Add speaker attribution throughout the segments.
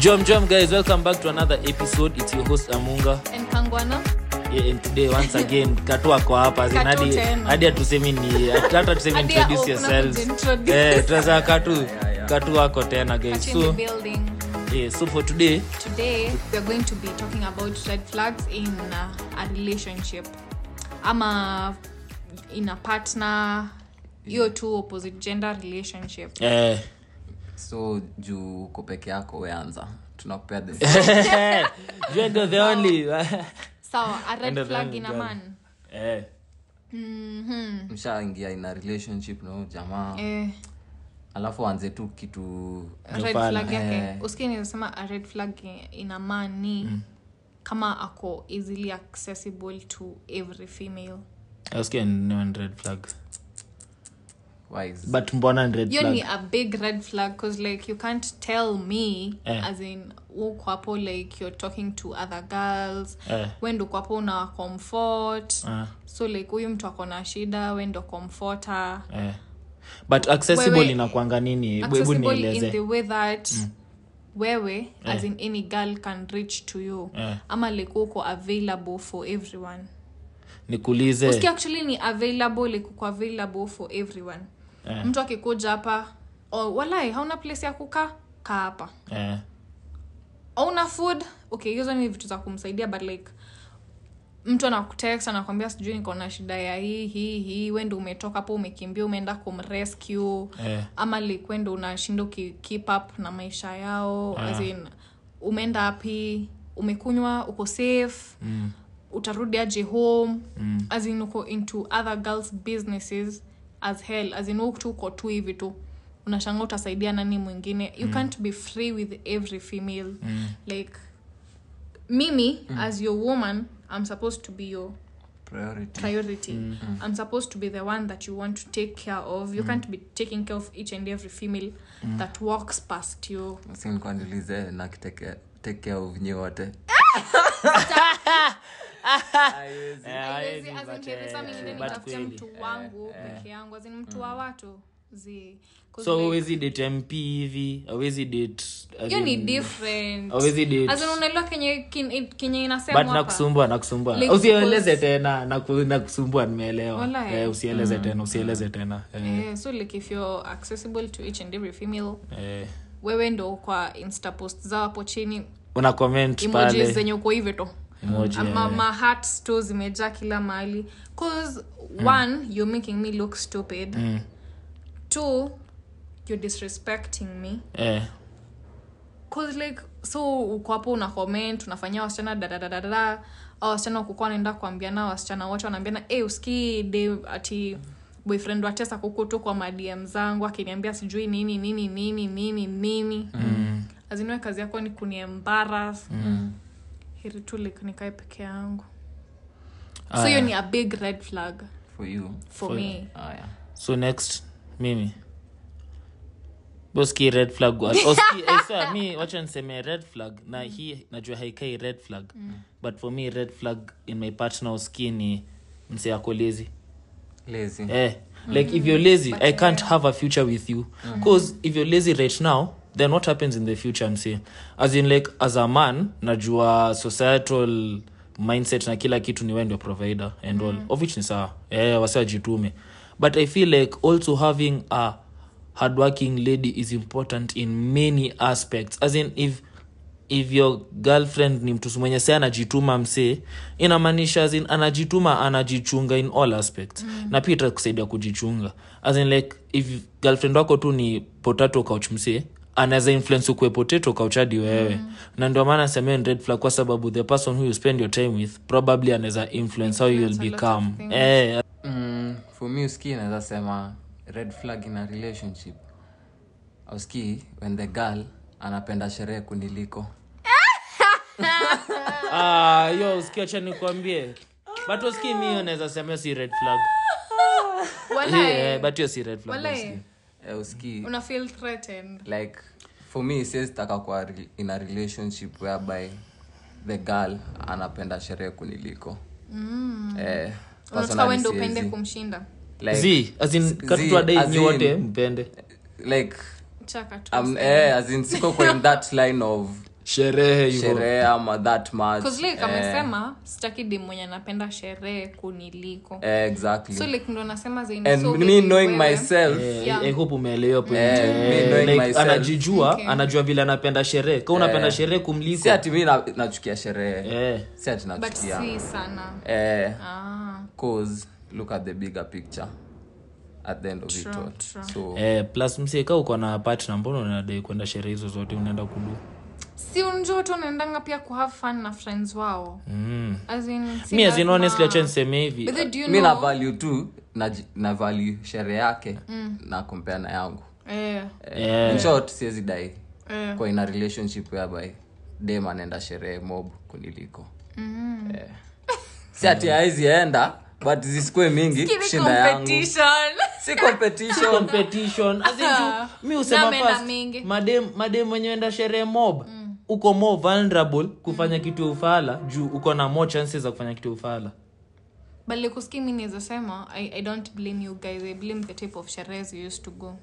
Speaker 1: Jom Jom guys, welcome back to another episode. It's your host Amunga.
Speaker 2: And Kangwana.
Speaker 1: Yeah, and today once again Katu ako hapa zin,
Speaker 2: Katu
Speaker 1: hadi
Speaker 2: tena.
Speaker 1: hadi hatusemi ni hata tusemi
Speaker 2: Hadi
Speaker 1: introduce
Speaker 2: hapo
Speaker 1: yourselves.
Speaker 2: kunakuja
Speaker 1: Eh, tunasema Katu Katu wako tena guys.
Speaker 2: Katu in
Speaker 1: So,
Speaker 2: the building.
Speaker 1: yeah, so for today
Speaker 2: Today we are going to be talking about red flags in uh, a relationship. Ama in a partner hiyo tu opposite gender relationship.
Speaker 1: eh
Speaker 3: so juu uko peke yako weanza tunakupea the
Speaker 1: you are the only
Speaker 2: Sawa, a red
Speaker 1: End of the
Speaker 2: flag
Speaker 1: line,
Speaker 2: in a
Speaker 1: girl.
Speaker 2: man.
Speaker 1: eh
Speaker 2: Mhm.
Speaker 3: mshaingia ina relationship nao jamaa
Speaker 2: Eh,
Speaker 3: alafu anze tu kitu
Speaker 2: red
Speaker 1: pala.
Speaker 2: flag yake.
Speaker 3: Eh.
Speaker 2: Usikie nimesema a red flag in a man ni kama ako easily accessible to every female.
Speaker 1: Askia ni one red flag.
Speaker 3: wise
Speaker 1: But mbona ni red
Speaker 2: hiyo ni
Speaker 1: flag?
Speaker 2: a big red flag cause like you can't tell me
Speaker 1: Eh.
Speaker 2: as in uko hapo like you're talking to other girls
Speaker 1: Eh.
Speaker 2: we ndo uko hapo una comfort
Speaker 1: Ah,
Speaker 2: so like huyu mtu ako na shida we ndo comforter
Speaker 1: eh. But accessible
Speaker 2: Wewe-
Speaker 1: inakuanga nini? Hebu- Hebu
Speaker 2: accessible in the
Speaker 1: nieleze. Mm.
Speaker 2: way that wewe as in any girl can reach to you
Speaker 1: Eh.
Speaker 2: ama like uko available for everyone
Speaker 1: Nikuulize.
Speaker 2: Usikia actually ni available like uko available for everyone
Speaker 1: Eh.
Speaker 2: mtu akikuja hapa oh, walai hauna place ya kukaa kaa hapa
Speaker 1: Eh.
Speaker 2: owner food okay hizo ni vitu za kumsaidia but like mtu anakutext anakwambia sijui niko na shida ya hii hii hii wendo umetoka hapo umekimbia umeenda kumrescue
Speaker 1: Eh.
Speaker 2: ama like wendo unashinda uki- keep up na maisha yao as in, umeenda api umekunywa uko safe mm. utarudi aje home mm. as in uko into other girls businesses as hell as in wewe tu uko tu hivi tu unashanga utasaidia nani mwingine you can't be free with every female mm. like mimi mm. as your woman i'm supposed to be your
Speaker 3: priority
Speaker 2: priority
Speaker 1: Mm.
Speaker 2: i'm supposed to be the one that you want to take care of you can't be taking care of each and every female that walks past you
Speaker 3: si nilikuwa nilize na kiteke tekea uvinyi wote
Speaker 1: Eh,
Speaker 3: Haiwezi.
Speaker 2: Haiwezi, as in, there is some ingine nitafutia mtu wangu
Speaker 1: eh.
Speaker 2: peke yangu as in mtu wa watu zi 'Cause
Speaker 1: so
Speaker 2: like,
Speaker 1: awezi date mp hivi awezi date as
Speaker 2: hiyo ni
Speaker 1: in-
Speaker 2: different
Speaker 1: hawezi date.
Speaker 2: As in, unaelewa kenye kin- eh, kenye inasemwa
Speaker 1: but
Speaker 2: hapa.
Speaker 1: nakusumbua nakusumbua
Speaker 2: Like,
Speaker 1: usieleze
Speaker 2: because-
Speaker 1: tena naku- nakusumbua nimeelewa
Speaker 2: Walai.
Speaker 1: eh, usieleze tena usieleze tena eh,
Speaker 2: Eh, so like if you're accessible to each and every female
Speaker 1: eh.
Speaker 2: wewe ndo kwa insta post zao hapo chini
Speaker 1: una comment
Speaker 2: emojis
Speaker 1: pale
Speaker 2: zenye Ah, uko hivyo tu
Speaker 1: Emoji,
Speaker 2: Ma-
Speaker 1: eh.
Speaker 2: ma heart sto zimejaa kila mahali cause one you're making me look stupid
Speaker 1: Mm.
Speaker 2: two you're disrespecting me
Speaker 1: Eh,
Speaker 2: cause like so uko hapo una comment unafanyia wasichana dadadadada au wasichana ukukuwa naenda kuambiana wasichana wote wanaambiana e usikii de ati boyfriend watesa kuku tu kwa madm zangu akiniambia sijui nini nini nini nini nini mm. aziniwe kazi yako ni kuniembaras mm. heri tu like nikae peke yangu so hiyo ni a big red flag
Speaker 3: for you
Speaker 2: for me
Speaker 3: haya
Speaker 1: so next mimi boski red flag wa- oski- I swear, mi wacha niseme red flag na
Speaker 2: Mm.
Speaker 1: hii najua haikai red flag but for me red flag in my partner oski ni mse yako lazy
Speaker 3: lazy
Speaker 1: eh, like if you're lazy i can't have a future with you because if you're lazy right now then what happens in the future i'm saying as in like as a man najua societal mindset na kila kitu ni wewe ndio provider and all of which ni sawa eh, wasiwajitume but i feel like also having a hardworking lady is important in many aspects as in if if your girlfriend ni mtu mwenye se anajituma msee inamaanisha as in anajituma anajichunga in all aspects mm. na pia itakusaidia kujichunga as in like if girlfriend wako tu ni potato couch msee anaweza influence ukuwe potato couch hadi wewe mm. na ndio maana semeni red flag kwa sababu the person who you spend your time with probably anaweza influence how you'll
Speaker 2: Influence a lot of
Speaker 1: become
Speaker 2: things.
Speaker 1: eh,
Speaker 3: mm, for me uski naweza sema red flag in a relationship auski when the girl anapenda sherehe kuniliko
Speaker 1: ah, yo usikia acha nikwambie but usikii mi unaweza sema hiyo si red flag
Speaker 2: Walai,
Speaker 1: yeah, but hiyo si red flag
Speaker 2: walai,
Speaker 3: eh, uski
Speaker 2: una feel threatened
Speaker 3: like for me siwezi taka kwa re- in a relationship whereby the girl anapenda sherehe kuniliko mm. eh,
Speaker 2: unataka
Speaker 3: personally
Speaker 2: wende upende
Speaker 3: siwezi.
Speaker 2: kumshinda
Speaker 3: Like,
Speaker 1: zi as in katutu adai
Speaker 3: as
Speaker 1: ni
Speaker 3: in-
Speaker 1: wote mpende
Speaker 3: like
Speaker 2: chaka tu
Speaker 3: um, eh, as in siko kwa in that line of
Speaker 1: sherehe hivo
Speaker 3: sherehe ama that much
Speaker 2: Cause like
Speaker 3: eh,
Speaker 2: amesema sitaki dem mwenye anapenda sherehe kuniliko
Speaker 3: eh, exactly
Speaker 2: so like ndo nasema zaini
Speaker 3: and
Speaker 2: so
Speaker 3: me
Speaker 2: maybe
Speaker 3: knowing
Speaker 2: wewe-
Speaker 3: myself
Speaker 2: Yeah.
Speaker 1: I hope umeelewa point.
Speaker 3: Eh, me
Speaker 1: Eh,
Speaker 3: knowing
Speaker 1: like,
Speaker 3: myself.
Speaker 1: anajijua
Speaker 2: Okay.
Speaker 1: anajua vile anapenda sherehe ka unapenda sherehe
Speaker 3: si
Speaker 1: kumliko
Speaker 3: ati mi na- nachukia sherehe
Speaker 1: Eh.
Speaker 3: si ati
Speaker 2: but
Speaker 3: nachukia
Speaker 2: si sana
Speaker 3: eh,
Speaker 2: ah.
Speaker 3: cause look at the bigger picture at the end of it all
Speaker 2: true.
Speaker 3: so
Speaker 1: Eh, plus msieka uko na partner mbona unadai kwenda sherehe hizo zote unaenda kudu
Speaker 2: si unjua watu wanaendanga pia kuhave fun na friends wao mm. as in, si
Speaker 1: mi azin
Speaker 2: lazima-
Speaker 1: honestly acha niseme hivi
Speaker 2: But then do you
Speaker 3: mi na
Speaker 2: know-
Speaker 3: value tu na, na value sherehe yake
Speaker 2: Mm.
Speaker 3: na compare na yangu
Speaker 2: Eh,
Speaker 1: Eh,
Speaker 3: in short siwezi dai
Speaker 2: eh.
Speaker 3: kwa ina relationship whereby dem anaenda sherehe mob kuniliko
Speaker 2: Mm-hmm.
Speaker 3: Eh. si ati aezi enda but zisikue mingi
Speaker 2: Give me
Speaker 3: kushinda yangu
Speaker 2: competition.
Speaker 3: si competition
Speaker 1: competition As in you- mi husema
Speaker 2: Nami Ah, na
Speaker 1: first,
Speaker 2: mingi. Mm.
Speaker 1: madem madem wenye enda sherehe mob uko more vulnerable kufanya kitu ya ufala juu uko na more chances za kufanya kitu ya ufala
Speaker 2: but like uski mi naeza sema I, i don't blame you guys i blame the type of sherehes you used to go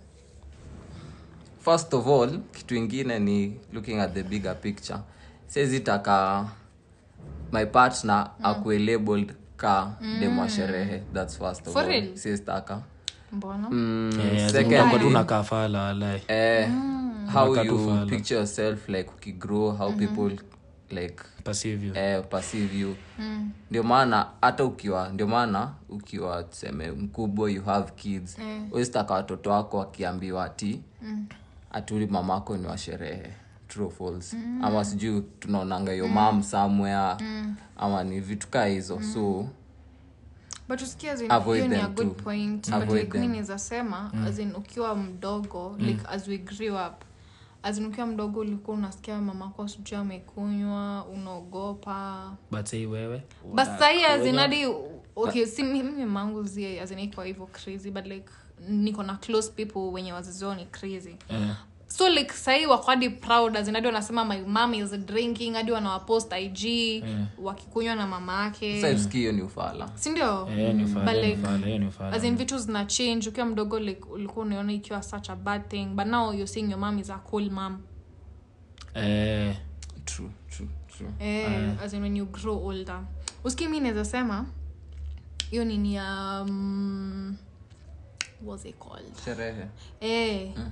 Speaker 3: first of all kitu ingine ni looking at the bigger picture sezitaka my partner mm. akuwe labeled ka mm. demwa sherehe thats first of
Speaker 2: For
Speaker 3: all
Speaker 2: real?
Speaker 3: sizitaka
Speaker 2: mbona
Speaker 3: mm,
Speaker 1: Eh, as in
Speaker 3: secondly,
Speaker 1: utakuwa tu unakaa fala walai
Speaker 3: eh, how
Speaker 1: Unakaa tu
Speaker 3: you
Speaker 1: fala.
Speaker 3: picture yourself like ukigrow how people like
Speaker 1: pasivyo
Speaker 3: eh, perceive you ndio maana hata ukiwa ndio maana ukiwa tuseme mkubwa you have kids usitaka watoto wako wakiambiwa ati atuli mamako ni wa sherehe true or false ama sijui tunaonanga yo mam somewhere ama ni vitu kaa hizo so
Speaker 2: but usikia as in,
Speaker 3: Avoid
Speaker 2: hiyo ni a
Speaker 3: them
Speaker 2: good
Speaker 3: too.
Speaker 2: point but
Speaker 3: Avoid
Speaker 2: like mi
Speaker 3: them. Mm.
Speaker 2: naeza sema as in ukiwa mdogo like as we grew up as in ukiwa mdogo ulikuwa unasikia mamako sijui amekunywa unaogopa
Speaker 1: but sei wewe
Speaker 2: but sahii azinadi okay si mi- mimi mangu zie azinaikwa hivyo crazy but like niko na close people wenye wazazi wao ni crazy
Speaker 1: Eh.
Speaker 2: so like sahii wakwadi proud azinadi wanasema my mom is drinking hadi wanawapost ig
Speaker 3: Eh.
Speaker 2: wakikunywa na mama yake
Speaker 3: saiski hiyo ni ufala
Speaker 2: sindio
Speaker 1: Eh, ni ufala,
Speaker 2: But
Speaker 1: ni
Speaker 2: like,
Speaker 1: ufala, eh, ni ufala.
Speaker 2: Oh.
Speaker 3: Mm.
Speaker 2: as in vitu zina change ukiwa mdogo like ulikuwa unaona ikiwa such a bad thing but now you're seeing your mom is a cool mom
Speaker 1: Eh,
Speaker 3: true true true Mm.
Speaker 2: eh, as in when you grow older uski mi naweza sema hiyo nini ya um, what's it called
Speaker 3: sherehe
Speaker 2: eh.
Speaker 3: Mm.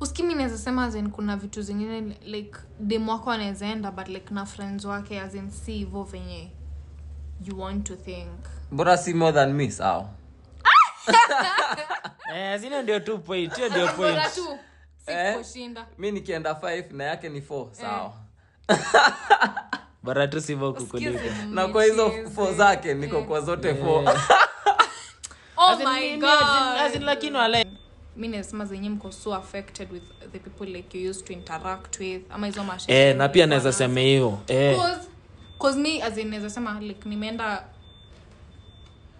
Speaker 2: uski mi naweza sema as in kuna vitu zingine like dem wako anaweza enda but like na friends wake as in si hivo venye you want to think
Speaker 3: mbona si more than me sawa
Speaker 1: eh, zile ndio tu point hiyo ndio point
Speaker 2: bora tu
Speaker 3: Eh.
Speaker 2: sikushinda
Speaker 3: mi nikienda 5 na yake ni 4
Speaker 2: Eh,
Speaker 3: sawa
Speaker 1: bara tu sivyo kukuliko
Speaker 3: na kwa hizo 4 zake niko
Speaker 2: eh.
Speaker 3: kwa zote 4
Speaker 2: oh
Speaker 1: As in,
Speaker 2: my
Speaker 1: mimi,
Speaker 2: god
Speaker 1: as in- as in, lakini walai
Speaker 2: mi nasema zenye mko so affected with the people like you used to interact with ama hizo masherehe
Speaker 1: eh, na pia naweza sema hiyo eh.
Speaker 2: Cause- cause mi as in naweza sema like nimeenda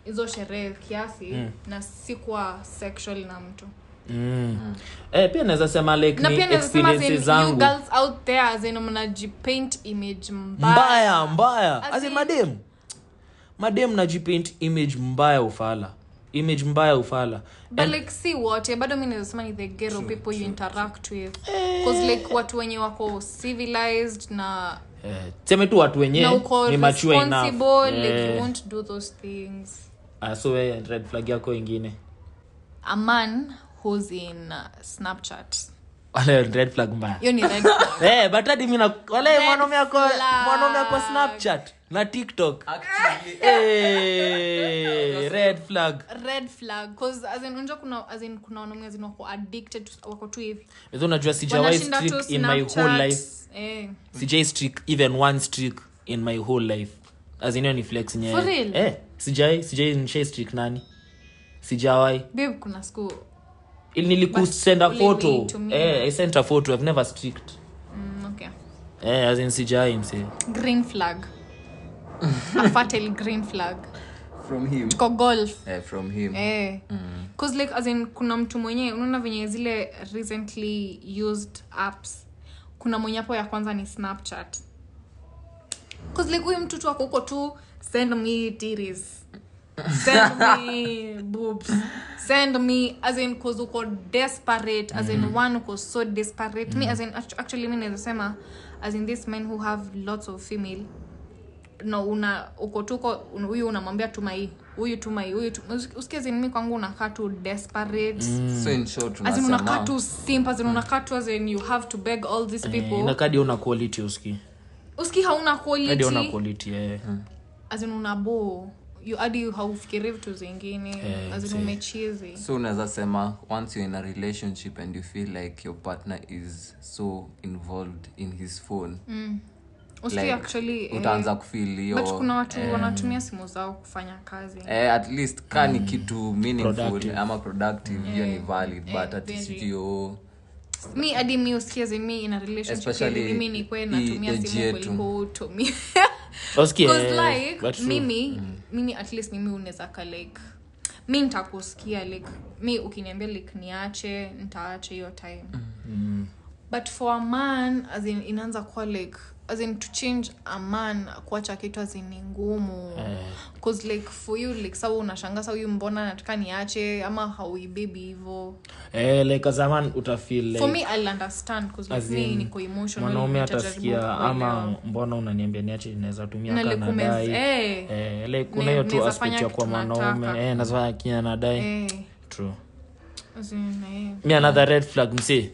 Speaker 2: hizo sherehe kiasi na sikuwa sexual na mtu
Speaker 1: mm. eh, pia naweza sema like
Speaker 2: na
Speaker 1: ni
Speaker 2: pia naweza sema as in,
Speaker 1: experiences
Speaker 2: you
Speaker 1: zangu
Speaker 2: girls out there as in mnajipaint image
Speaker 1: mbaya
Speaker 2: mbaya
Speaker 1: mbaya
Speaker 2: As
Speaker 1: As in
Speaker 2: in-
Speaker 1: madem madem najipaint image mbaya ufala image mbaya ufala
Speaker 2: but like si wote bado mi naweza sema ni the gero people you interact with cause like watu wenye wako civilized na
Speaker 1: eh, seme tu watu
Speaker 2: na
Speaker 1: wenyewe
Speaker 2: uko
Speaker 1: ni Eh, machua
Speaker 2: responsible like you
Speaker 1: inasoe
Speaker 2: won't do those things
Speaker 1: ah, red flag yako ingine
Speaker 2: a man who's in uh, snapchat
Speaker 1: wale red flag mbaya
Speaker 2: hiyo ni red flag.
Speaker 1: Eh, but hadi mimi na- wale
Speaker 2: Red
Speaker 1: mwanaume ako
Speaker 2: flag.
Speaker 1: mwanaume ako snapchat na tiktok
Speaker 3: Actually,
Speaker 1: Eh, red flag
Speaker 2: red flag cause as in unajua kuna as in kuna wanaume as in wako addicted to- wako tu hivi
Speaker 1: Mzee unajua sijawai
Speaker 2: Wanashinda tu
Speaker 1: streak in my whole
Speaker 2: Snapchat.
Speaker 1: life
Speaker 2: eh.
Speaker 1: sijai streak even one streak in my whole life as in hiyo ni flex yenyewe.
Speaker 2: For real?
Speaker 1: eh sijai sijai nishai streak nani sijawai
Speaker 2: babe kuna siku
Speaker 1: Ili nilikusenda
Speaker 2: But
Speaker 1: photo
Speaker 2: ulinitumia.
Speaker 1: eh i sent a photo i've never streaked
Speaker 2: mm, okay
Speaker 1: eh as in sijai mse
Speaker 2: green flag a fatal green flag
Speaker 3: from him
Speaker 2: tuko golf
Speaker 3: eh, from him
Speaker 2: Eh. Cause like as in kuna mtu mwenyewe unaona venye zile recently used apps kuna mwenye hapo ya kwanza ni snapchat cause like huyu mtu tu ako huko tu send me titties send me boobs send me as in cause uko desperate as in one uko so desperate me as in act- actually mi nazasema as in these men who have lots of female no una uko tuko huyu unamwambia tumai huyu tumai huyu uskiazinmi kwangu unakaa tu desperate mm.
Speaker 3: so in short
Speaker 2: as in unakaa
Speaker 3: unasema
Speaker 2: tu simp as in unakaa tu as in you have to beg all these
Speaker 1: Eh,
Speaker 2: people
Speaker 1: inakadi una quality uski
Speaker 2: uski hauna
Speaker 1: kadi una
Speaker 2: quality
Speaker 1: quality eh.
Speaker 2: as in unabo you hadi haufikiri vitu zingine
Speaker 1: Eh,
Speaker 2: as in
Speaker 1: see.
Speaker 2: umechizi
Speaker 3: so unaweza sema once you're in a relationship and you feel like your partner is so involved in his phone
Speaker 2: uski
Speaker 3: Like,
Speaker 2: actually eh,
Speaker 3: utaanza kufeel
Speaker 2: Mm. but
Speaker 3: hiyo
Speaker 2: kuna watu wanatumia simu zao kufanya kazi
Speaker 3: eh, at least ka ni kitu meaningful
Speaker 1: Mm. Productive.
Speaker 3: ama productive hiyo ni valid
Speaker 2: eh,
Speaker 3: but ati
Speaker 2: very.
Speaker 3: sijui oh.
Speaker 2: mi hadi mi usikie zimi ina relationship
Speaker 3: Especially
Speaker 2: ili mimi nikwe
Speaker 3: hii
Speaker 2: natumia
Speaker 3: age
Speaker 2: simu
Speaker 3: yetu.
Speaker 2: kuliko utumia
Speaker 1: Uski,
Speaker 2: 'Cause
Speaker 1: eh,
Speaker 2: like
Speaker 1: but true. Mm.
Speaker 2: mimi mimi at least mimi unaweza ka like mi ntakusikia like mi ukiniambia like niache nitaache hiyo time but for a man as in inaanza kuwa like as in to change a man kuacha kitu as in ni ngumu
Speaker 1: Eh.
Speaker 2: cause like for you like sawa unashanga sa huyu mbona nataka niache ama hauibebi hivo
Speaker 1: eh, like as a man utafeel
Speaker 2: for
Speaker 1: like
Speaker 2: me i'll understand cause like
Speaker 1: As
Speaker 2: me
Speaker 1: in,
Speaker 2: niko emotional
Speaker 1: mwanaume
Speaker 2: nitajaribu
Speaker 1: atasikia
Speaker 2: kuelewa.
Speaker 1: ama mbona unaniambia niache inaweza tumia
Speaker 2: Na like ume-
Speaker 1: kanadai
Speaker 2: eh.
Speaker 1: eh, like kuna
Speaker 2: Ne-
Speaker 1: hiyo tu
Speaker 2: naeza
Speaker 1: aspect ya
Speaker 2: fanya
Speaker 1: kuwa
Speaker 2: kitu nataka.
Speaker 1: mwanaume eh, nazaa kinya nadai
Speaker 2: Eh,
Speaker 1: true
Speaker 2: as in, eh.
Speaker 1: me another red flag msee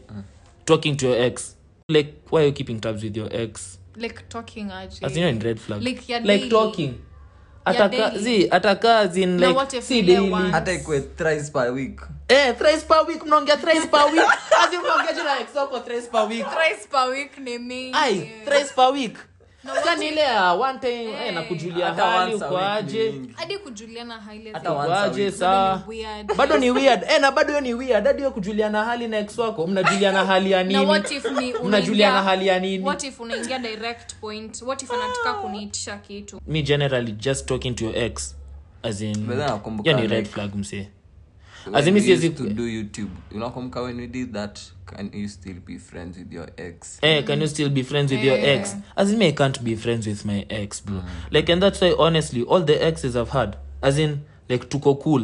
Speaker 1: talking to your ex like why are you keeping tabs with your ex
Speaker 2: like talking aje
Speaker 1: as you know in eh, red flag
Speaker 2: Eh. Like ya
Speaker 1: like
Speaker 2: daily.
Speaker 1: talking ataka
Speaker 2: daily.
Speaker 1: zi ataka zin
Speaker 2: Na
Speaker 1: like
Speaker 2: what if
Speaker 1: si
Speaker 2: ile
Speaker 1: daily
Speaker 2: one-
Speaker 3: hata ikwe thrice per week
Speaker 1: eh thrice per week mnaongea thrice per week as you mnaongea jina ex wako thrice per week
Speaker 2: Thrice per week ni mingi.
Speaker 1: ai thrice per week kani ile ya one time eh nakujulia
Speaker 3: hata
Speaker 1: hali
Speaker 3: once a
Speaker 1: uko
Speaker 3: week ni
Speaker 1: aje
Speaker 3: mingi.
Speaker 2: hadi kujuliana hali
Speaker 3: Hata
Speaker 2: zile
Speaker 3: wa-
Speaker 1: uko
Speaker 3: Once a
Speaker 1: aje
Speaker 3: week.
Speaker 1: saa
Speaker 2: ni weird.
Speaker 1: bado ni weird eh na bado hiyo ni weird hadi hiyo kujuliana hali na ex wako mnajuliana hali ya
Speaker 2: na
Speaker 1: nini
Speaker 2: what if ni
Speaker 1: mnajuliana
Speaker 2: unaingia-
Speaker 1: hali ya nini
Speaker 2: what if unaingia direct point what if anataka kuniitisha kitu
Speaker 1: me generally just talking to your ex as in
Speaker 3: Mbona nakumbuka
Speaker 1: yani
Speaker 3: like-
Speaker 1: red flag msee
Speaker 3: When
Speaker 1: as in
Speaker 3: we
Speaker 1: mi siwezi
Speaker 3: used to do youtube unakumbuka when we did that can you still be friends with your ex
Speaker 1: eh can you still be friends with your ex as in me i can't be friends with my ex bro like and that's why honestly all the exes i've had as in like tuko cool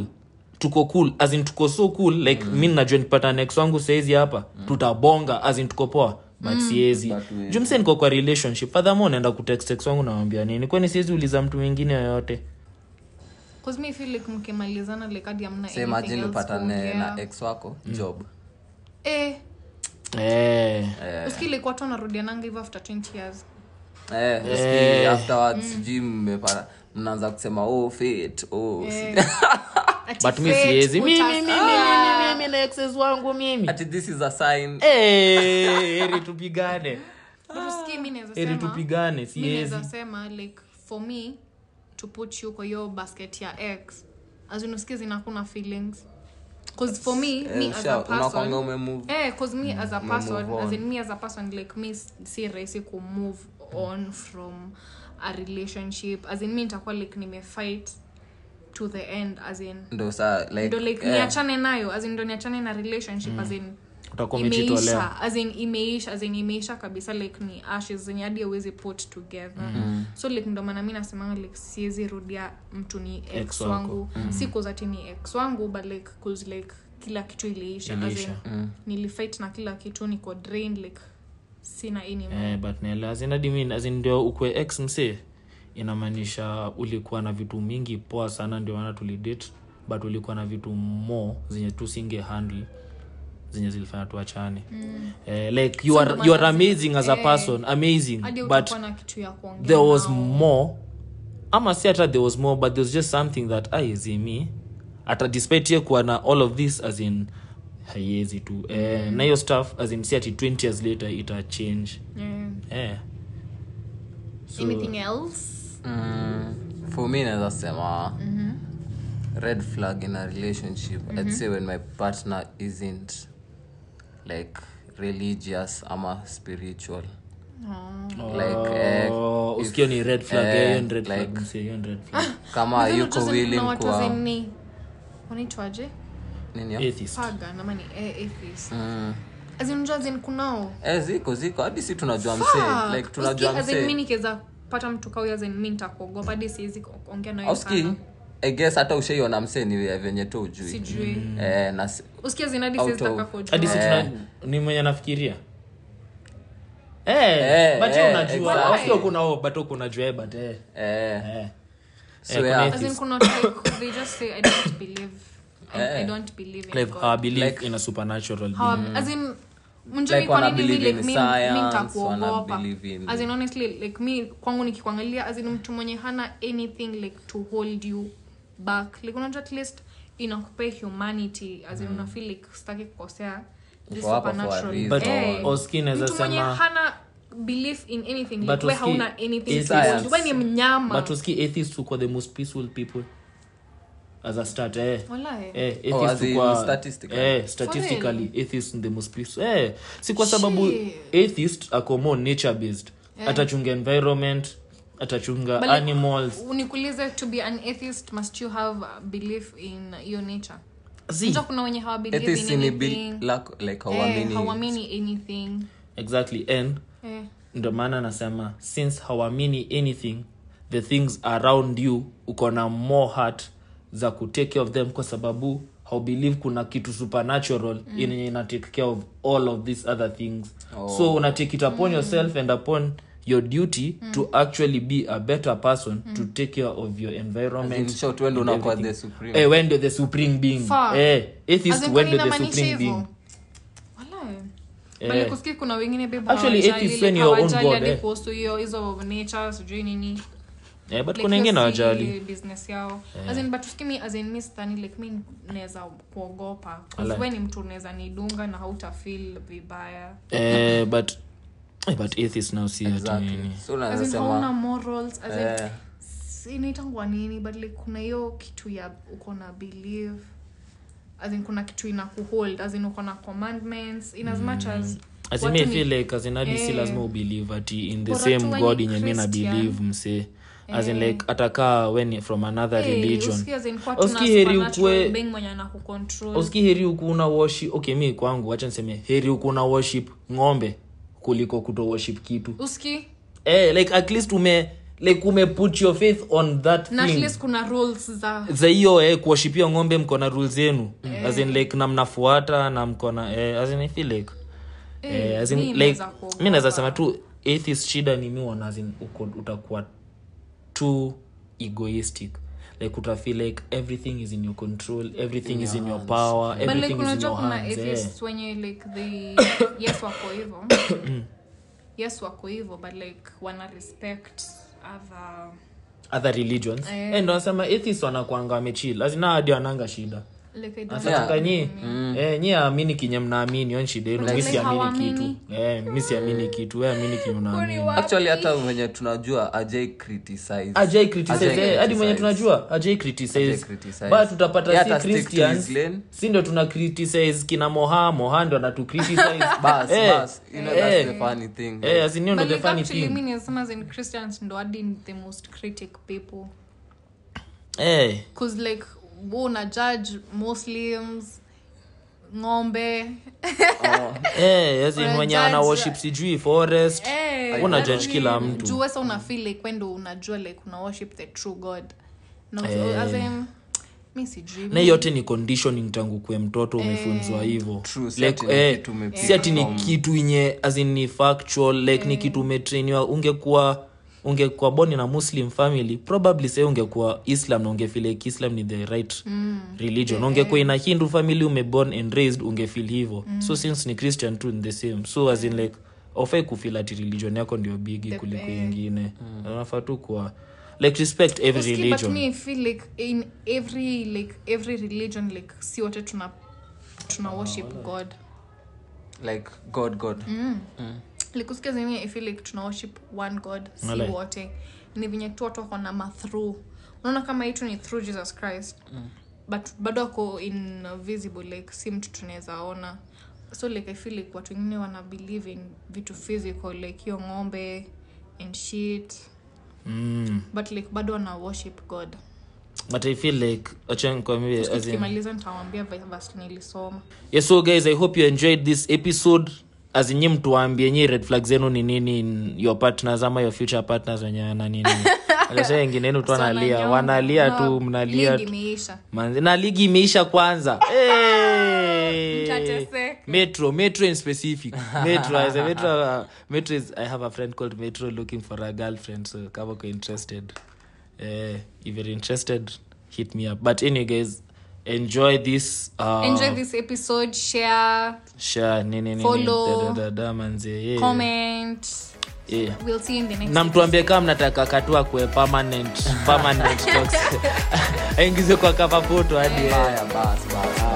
Speaker 1: tuko cool as in tuko so cool like mi najua nipata next wangu saizi hapa tutabonga as in tuko poa but siezi
Speaker 3: we-
Speaker 1: juu msee niko kwa relationship fadhamo naenda kutext ex wangu nawambia nini kwani siezi uliza mtu mwingine yoyote
Speaker 2: 'Cause me feel like mkimalizana like hadi hamna
Speaker 3: so
Speaker 2: anything
Speaker 3: imagine
Speaker 2: else
Speaker 3: upatane
Speaker 2: kuongea.
Speaker 3: na ex wako job
Speaker 2: eh
Speaker 1: eh.
Speaker 2: usikii like watu wanarudiananga hivyo after 20 years
Speaker 3: eh, usikii afterwards
Speaker 2: Mm.
Speaker 3: sijui mmepata mnaanza kusema oh fate oh
Speaker 2: Eh. Ati
Speaker 1: but mi
Speaker 2: fate,
Speaker 1: siezi Mi- mi- mi- mi-
Speaker 2: utas-
Speaker 1: mi- mi- mi- mi na exes wangu mimi
Speaker 3: ati this is a sign
Speaker 1: Eh, heri tupigane
Speaker 2: But usikii mi naweza
Speaker 1: heri
Speaker 2: sema-
Speaker 1: tupigane
Speaker 2: mi
Speaker 1: siezi
Speaker 2: naweza sema like for me to put you kwa hiyo basket ya x as in usikie zinakuna feelings cause for
Speaker 3: Eh,
Speaker 2: me me as a person
Speaker 3: unakwanga umemove
Speaker 2: Eh, 'cause me as a person,
Speaker 3: Mm, move
Speaker 2: as
Speaker 3: on.
Speaker 2: in me as a person, like me s- si rahisi kumove on from a relationship as in me nitakuwa like nimefight to the end as in
Speaker 3: ndo saa like,
Speaker 2: ndo like
Speaker 3: eh, Mm.
Speaker 2: niachane nayo as in ndo niachane na relationship as in
Speaker 1: utakuwa umejitolea
Speaker 2: imeisha as in imeisha as in imeisha kabisa like ni ashes zenye hadi awezi put together
Speaker 1: Mm-hmm.
Speaker 2: so like ndo maana mi nasemanga like siwezi rudia mtu ni
Speaker 1: Ex
Speaker 2: ex
Speaker 1: wako. Mm-hmm.
Speaker 2: wangu si kuzati ni ex wangu but like cause like kila kitu iliisha, As in,
Speaker 1: Iliisha. Mm.
Speaker 2: nilifight na kila kitu niko drain like sina any more.
Speaker 1: eh, but naelewa zinadimi ndio ukwe ex msee inamaanisha ulikuwa na vitu mingi poa sana ndio maana tulidate but ulikuwa na vitu mo zenye tusinge handle zenye zilifanya tuachane mm. eh, like you,
Speaker 2: So
Speaker 1: are,
Speaker 2: ndo
Speaker 1: you are
Speaker 2: maana zi-
Speaker 1: amazing as a
Speaker 2: eh,
Speaker 1: person amazing
Speaker 2: hadi
Speaker 1: but
Speaker 2: utakuwa na kitu ya kuongea
Speaker 1: there was
Speaker 2: nao.
Speaker 1: more ama si hata there was more but there was just something that aizi me hata despite ye kuwa na all of this as in haiezi tu eh, na hiyo stuff as in si ati 20 years later ita change
Speaker 2: Yeah.
Speaker 1: eh. so,
Speaker 2: anything else
Speaker 3: Mm, for me naweza sema
Speaker 2: Mm-hmm.
Speaker 3: red flag in a relationship i'd say when my partner isn't like religious ama spiritual like eh,
Speaker 1: oh, usikio ni red flag
Speaker 3: eh,
Speaker 1: eh, hiyo ni red flag
Speaker 3: like-
Speaker 1: msee, hiyo ni red flag
Speaker 3: kama
Speaker 2: Nadhani
Speaker 3: yuko
Speaker 2: tuzi-
Speaker 3: willing
Speaker 2: kuna watu
Speaker 3: kuwa
Speaker 2: zini- wanaitwaje
Speaker 3: nini ya?
Speaker 1: atheist
Speaker 2: pagan ama ni eh, atheist
Speaker 3: Mm.
Speaker 2: As in, unajua as in kunao
Speaker 3: Eh, ziko ziko hadi si tunajua
Speaker 2: Fuck.
Speaker 3: msee like
Speaker 2: Usikie,
Speaker 3: tunajua
Speaker 2: as in, mi
Speaker 3: msee
Speaker 2: nikiweza pata mtu kauya mi nitakuogopa hadi siwezi ku- ongea nayo
Speaker 3: auski
Speaker 2: sana
Speaker 3: Ah, I guess hata ushaiona msee ni venye tu ujui
Speaker 2: sijui
Speaker 3: eh, na s-
Speaker 2: usikia zina hadi siwezi
Speaker 3: Out
Speaker 2: taka
Speaker 3: of-
Speaker 2: kujua.
Speaker 1: hadi si
Speaker 3: Eh.
Speaker 1: tuna ni mwenye nafikiria
Speaker 3: Eh,
Speaker 1: but
Speaker 3: eh,
Speaker 1: unajua
Speaker 3: exactly.
Speaker 1: Of course kuna huo, but unajua eh, but eh,
Speaker 3: eh,
Speaker 1: eh.
Speaker 3: so
Speaker 1: kuna
Speaker 3: yeah,
Speaker 1: atheist.
Speaker 2: As in, kuna like, they just say, "I don't believe. I- I don't believe in
Speaker 1: like
Speaker 2: God."
Speaker 1: her belief
Speaker 3: Eh. Like- ah,
Speaker 1: in a supernatural being.
Speaker 2: Hawa- as in, mnjui
Speaker 3: Mm. Like,
Speaker 2: kwa
Speaker 3: wana
Speaker 2: nini mi-
Speaker 3: believe in
Speaker 2: like, mi- mi
Speaker 3: science,
Speaker 2: nitakuogopa.
Speaker 3: wana believe in-
Speaker 2: As in, honestly, like, mi kwangu nikikuangalia as in mtu mwenye hana anything like to hold you back like unajua at least inakupea humanity as in una feel like sitaki kukosea this
Speaker 3: Mm. Uko hapa for a
Speaker 2: supernatural.
Speaker 3: reason.
Speaker 1: but
Speaker 2: Eh.
Speaker 1: oski naweza
Speaker 2: mtu mwenye
Speaker 1: sema
Speaker 2: hana belief in anything
Speaker 1: But
Speaker 2: like, we
Speaker 1: uski-
Speaker 2: hauna anything
Speaker 1: is
Speaker 2: to hold.
Speaker 3: science.
Speaker 2: We ni mnyama
Speaker 1: but uski atheists were the most peaceful people as a start eh
Speaker 2: Walahi.
Speaker 1: Eh,
Speaker 3: Oh,
Speaker 1: atheists
Speaker 3: as in
Speaker 1: kwa-
Speaker 3: statistically.
Speaker 1: eh, statistically atheists in the most peaceful eh, si kwa sababu atheist ako more nature based atachunga environment atachunga
Speaker 2: But like-
Speaker 1: animals
Speaker 2: nikuulize to be an atheist must you have a belief in your nature
Speaker 1: See,
Speaker 2: unajua kuna wenye hawa believe
Speaker 3: atheists
Speaker 2: in
Speaker 3: ni bil-
Speaker 2: anything
Speaker 3: lack- like
Speaker 2: eh,
Speaker 3: hawamini
Speaker 2: hawamini anything
Speaker 1: exactly and
Speaker 2: eh,
Speaker 1: ndo maana nasema since hawamini anything the things around you uko na more heart za kutake care of them kwa sababu haubelieve kuna kitu supernatural mm. yenye ina take care of all of these other things oh. so una take it upon mm. yourself and upon your duty mm. to actually be a better person mm. to take care of your
Speaker 3: in
Speaker 1: environment
Speaker 3: short wendo
Speaker 1: and
Speaker 3: unakuwa the
Speaker 1: everything.
Speaker 3: supreme
Speaker 1: eh, when you're the supreme being
Speaker 2: Fuck.
Speaker 1: eh,
Speaker 2: As in,
Speaker 1: atheist
Speaker 2: kwani
Speaker 1: when you're the
Speaker 2: inamaanisha
Speaker 1: supreme
Speaker 2: hivyo?
Speaker 1: being
Speaker 2: Walahi.
Speaker 1: Eh.
Speaker 2: Bali kusikia kuna wengine babe
Speaker 1: Actually,
Speaker 2: hawajali,
Speaker 1: atheists
Speaker 2: like,
Speaker 1: when you're your own
Speaker 2: hawajali
Speaker 1: god,
Speaker 2: hadi
Speaker 1: eh.
Speaker 2: kuhusu hiyo hizo nature sijui nini
Speaker 1: eh, but
Speaker 2: Like,
Speaker 1: kuna
Speaker 2: hiyo
Speaker 1: wengine
Speaker 2: si
Speaker 1: hawajali Eh.
Speaker 2: business yao as in but usikie mi as in mi sidhani like mi naweza kuogopa 'Cause
Speaker 1: Walahi.
Speaker 2: we ni mtu unaweza nidunga na hauta feel vibaya
Speaker 1: eh, but eh, but atheist now si hati
Speaker 3: exactly
Speaker 1: nini
Speaker 3: so
Speaker 2: As
Speaker 3: unaweza
Speaker 2: in, hauna
Speaker 3: sema
Speaker 2: morals as in,
Speaker 3: eh,
Speaker 2: inaitangwa nini but like kuna hiyo kitu ya uko na believe as in kuna kitu ina kuhold as in uko na commandments in as much as
Speaker 1: As in,
Speaker 2: watu
Speaker 1: I feel
Speaker 2: ni-
Speaker 1: like as in hadi si
Speaker 2: Eh.
Speaker 1: lazima ubelieve ati in the
Speaker 2: Bora tu
Speaker 1: same
Speaker 2: wewe
Speaker 1: god
Speaker 2: ni
Speaker 1: yenye mi na
Speaker 2: Christian.
Speaker 1: believe mse as in
Speaker 2: Eh.
Speaker 1: like atakaa weni from another
Speaker 2: Hey,
Speaker 1: religion
Speaker 2: usikie as in kuwa tuna
Speaker 1: Usikie heri
Speaker 2: supernatural
Speaker 1: ukue-
Speaker 2: being mwenye anakucontrol.
Speaker 1: uski heri ukuuna worship okay mi kwangu wacha niseme heri ukuuna worship ng'ombe kuliko kuto worship kitu
Speaker 2: Usikie?
Speaker 1: eh, like at least ume like ume put your faith on that
Speaker 2: na at
Speaker 1: thing
Speaker 2: least kuna rules za
Speaker 1: za hiyo eh, kuwashipia ng'ombe mko na rules zenu
Speaker 2: Eh.
Speaker 1: as in like na mnafuata na mko na eh, as in I feel like
Speaker 2: Eh,
Speaker 1: eh, as in,
Speaker 2: mi
Speaker 1: like
Speaker 2: naweza kuogopa.
Speaker 1: mi naweza sema tu atheist shida ni mi uona as in uko utakuwa too egoistic like utafeel like everything is in your control everything is in your power
Speaker 2: But,
Speaker 1: everything
Speaker 2: like
Speaker 1: is in
Speaker 2: unajua
Speaker 1: your
Speaker 2: kuna
Speaker 1: hands eh.
Speaker 2: atheists wenye like they yes wako hivyo yes wako hivyo but like wana respect other
Speaker 1: other religions
Speaker 2: Eh.
Speaker 1: eh. ndo nasema atheist wanakwanga wamechill azina hadi wananga shida
Speaker 2: like I don't
Speaker 3: Yeah. Mm.
Speaker 1: Nataka nyi eh, nyi aamini kinye mnaamini yo shida yenu mi
Speaker 2: Like,
Speaker 1: siamini kitu
Speaker 2: hawaamini.
Speaker 1: eh, mi siamini kitu we amini kinye unaamini
Speaker 3: actually hata venye tunajua ajai criticize
Speaker 1: ajai
Speaker 3: Ajai
Speaker 1: criticize eh, hadi mwenye
Speaker 3: criticize.
Speaker 1: tunajua ajai criticize
Speaker 3: Ajai criticize.
Speaker 1: but utapata
Speaker 3: Yeah,
Speaker 1: si
Speaker 3: ata stick to
Speaker 1: christians
Speaker 3: his lane.
Speaker 1: si ndo tuna criticize kina moha moha ndo anatu criticize
Speaker 3: bas
Speaker 1: Eh,
Speaker 3: bas you know that's
Speaker 1: eh,
Speaker 3: the funny thing
Speaker 1: eh, as in hiyo ndo
Speaker 2: But
Speaker 1: the
Speaker 2: like
Speaker 1: funny
Speaker 2: actually mi
Speaker 1: thing
Speaker 2: nasema as in christians ndo hadi ni the most critic people
Speaker 1: eh
Speaker 2: cause like wo una judge muslims ng'ombe
Speaker 1: eh as in
Speaker 2: Una
Speaker 1: mwenye
Speaker 2: judge- uh,
Speaker 1: ana worship sijui forest
Speaker 2: Eh,
Speaker 1: una
Speaker 2: yani,
Speaker 1: judge kila mtu
Speaker 2: juu wesa una feel like wendo unajua like una worship the true god na
Speaker 1: Eh.
Speaker 2: as in, mi sijui
Speaker 1: na hii yote ni conditioning tangu kue mtoto umefunzwa hivyo
Speaker 3: True, si ati
Speaker 1: like,
Speaker 3: ni
Speaker 1: eh,
Speaker 3: kitu umepick
Speaker 1: si ati ni
Speaker 3: from-
Speaker 1: kitu inye as in ni factual like ni kitu umetrainiwa ungekuwa ungekuwa boni na muslim family probably say ungekuwa islam na ungefeel like islam ni the right religion ungekuwa ina hindu family umeborn and raised ungefeel hivyo so since ni christian tu ni the same so as in like aufai kufeel ati religion yako ndio bigi kuliko ingine
Speaker 3: Mm.
Speaker 1: unafaa tu kuwa like respect every
Speaker 2: Uski, but
Speaker 1: religion
Speaker 2: me feel like in every like every religion like si wote tuna tuna worship
Speaker 1: Ah.
Speaker 2: god
Speaker 3: like god god
Speaker 1: Mm.
Speaker 2: like usikia zingine i feel like tuna worship one god si
Speaker 1: Wale.
Speaker 2: wote ni venye tu watu wako na mathrough unaona kama hitu ni through jesus christ mm. but bado wako invisible like si mtu tunaweza ona so like i feel like watu wengine wana believe in vitu physical like hiyo ng'ombe and shit
Speaker 1: mm.
Speaker 2: but like bado wana worship god
Speaker 1: but i feel like achankwambie as in
Speaker 2: tukimaliza nitawaambia vi- verse nilisoma
Speaker 1: yes so guys i hope you enjoyed this episode as in nyi mtuambie nyi red flag zenu ni nini in your partners ama your future partners wenye na nini alasha wengineni tu analia
Speaker 2: Wananyonga.
Speaker 1: wanalia
Speaker 2: Na
Speaker 1: tu
Speaker 2: wa-
Speaker 1: mnalia
Speaker 2: ligi
Speaker 1: tu.
Speaker 2: imeisha
Speaker 1: Manze- na ligi imeisha kwanza Hey!
Speaker 2: Mtateseka.
Speaker 1: metro metro in specific metro as a metro uh, metro is i have a friend called metro looking for a girlfriend so kama uko interested eh, if you're interested hit me up but anyway guys enjoy this uh,
Speaker 2: enjoy this episode share
Speaker 1: share nini nini
Speaker 2: Follow.
Speaker 1: da, da, da, da, manze yeah,
Speaker 2: comment
Speaker 1: yeah
Speaker 2: we'll see you in the next
Speaker 1: na mtuambie kama mnataka katua kue permanent permanent talks aingize kwa kavapoto hadi Ah,
Speaker 3: haya bas bas, bas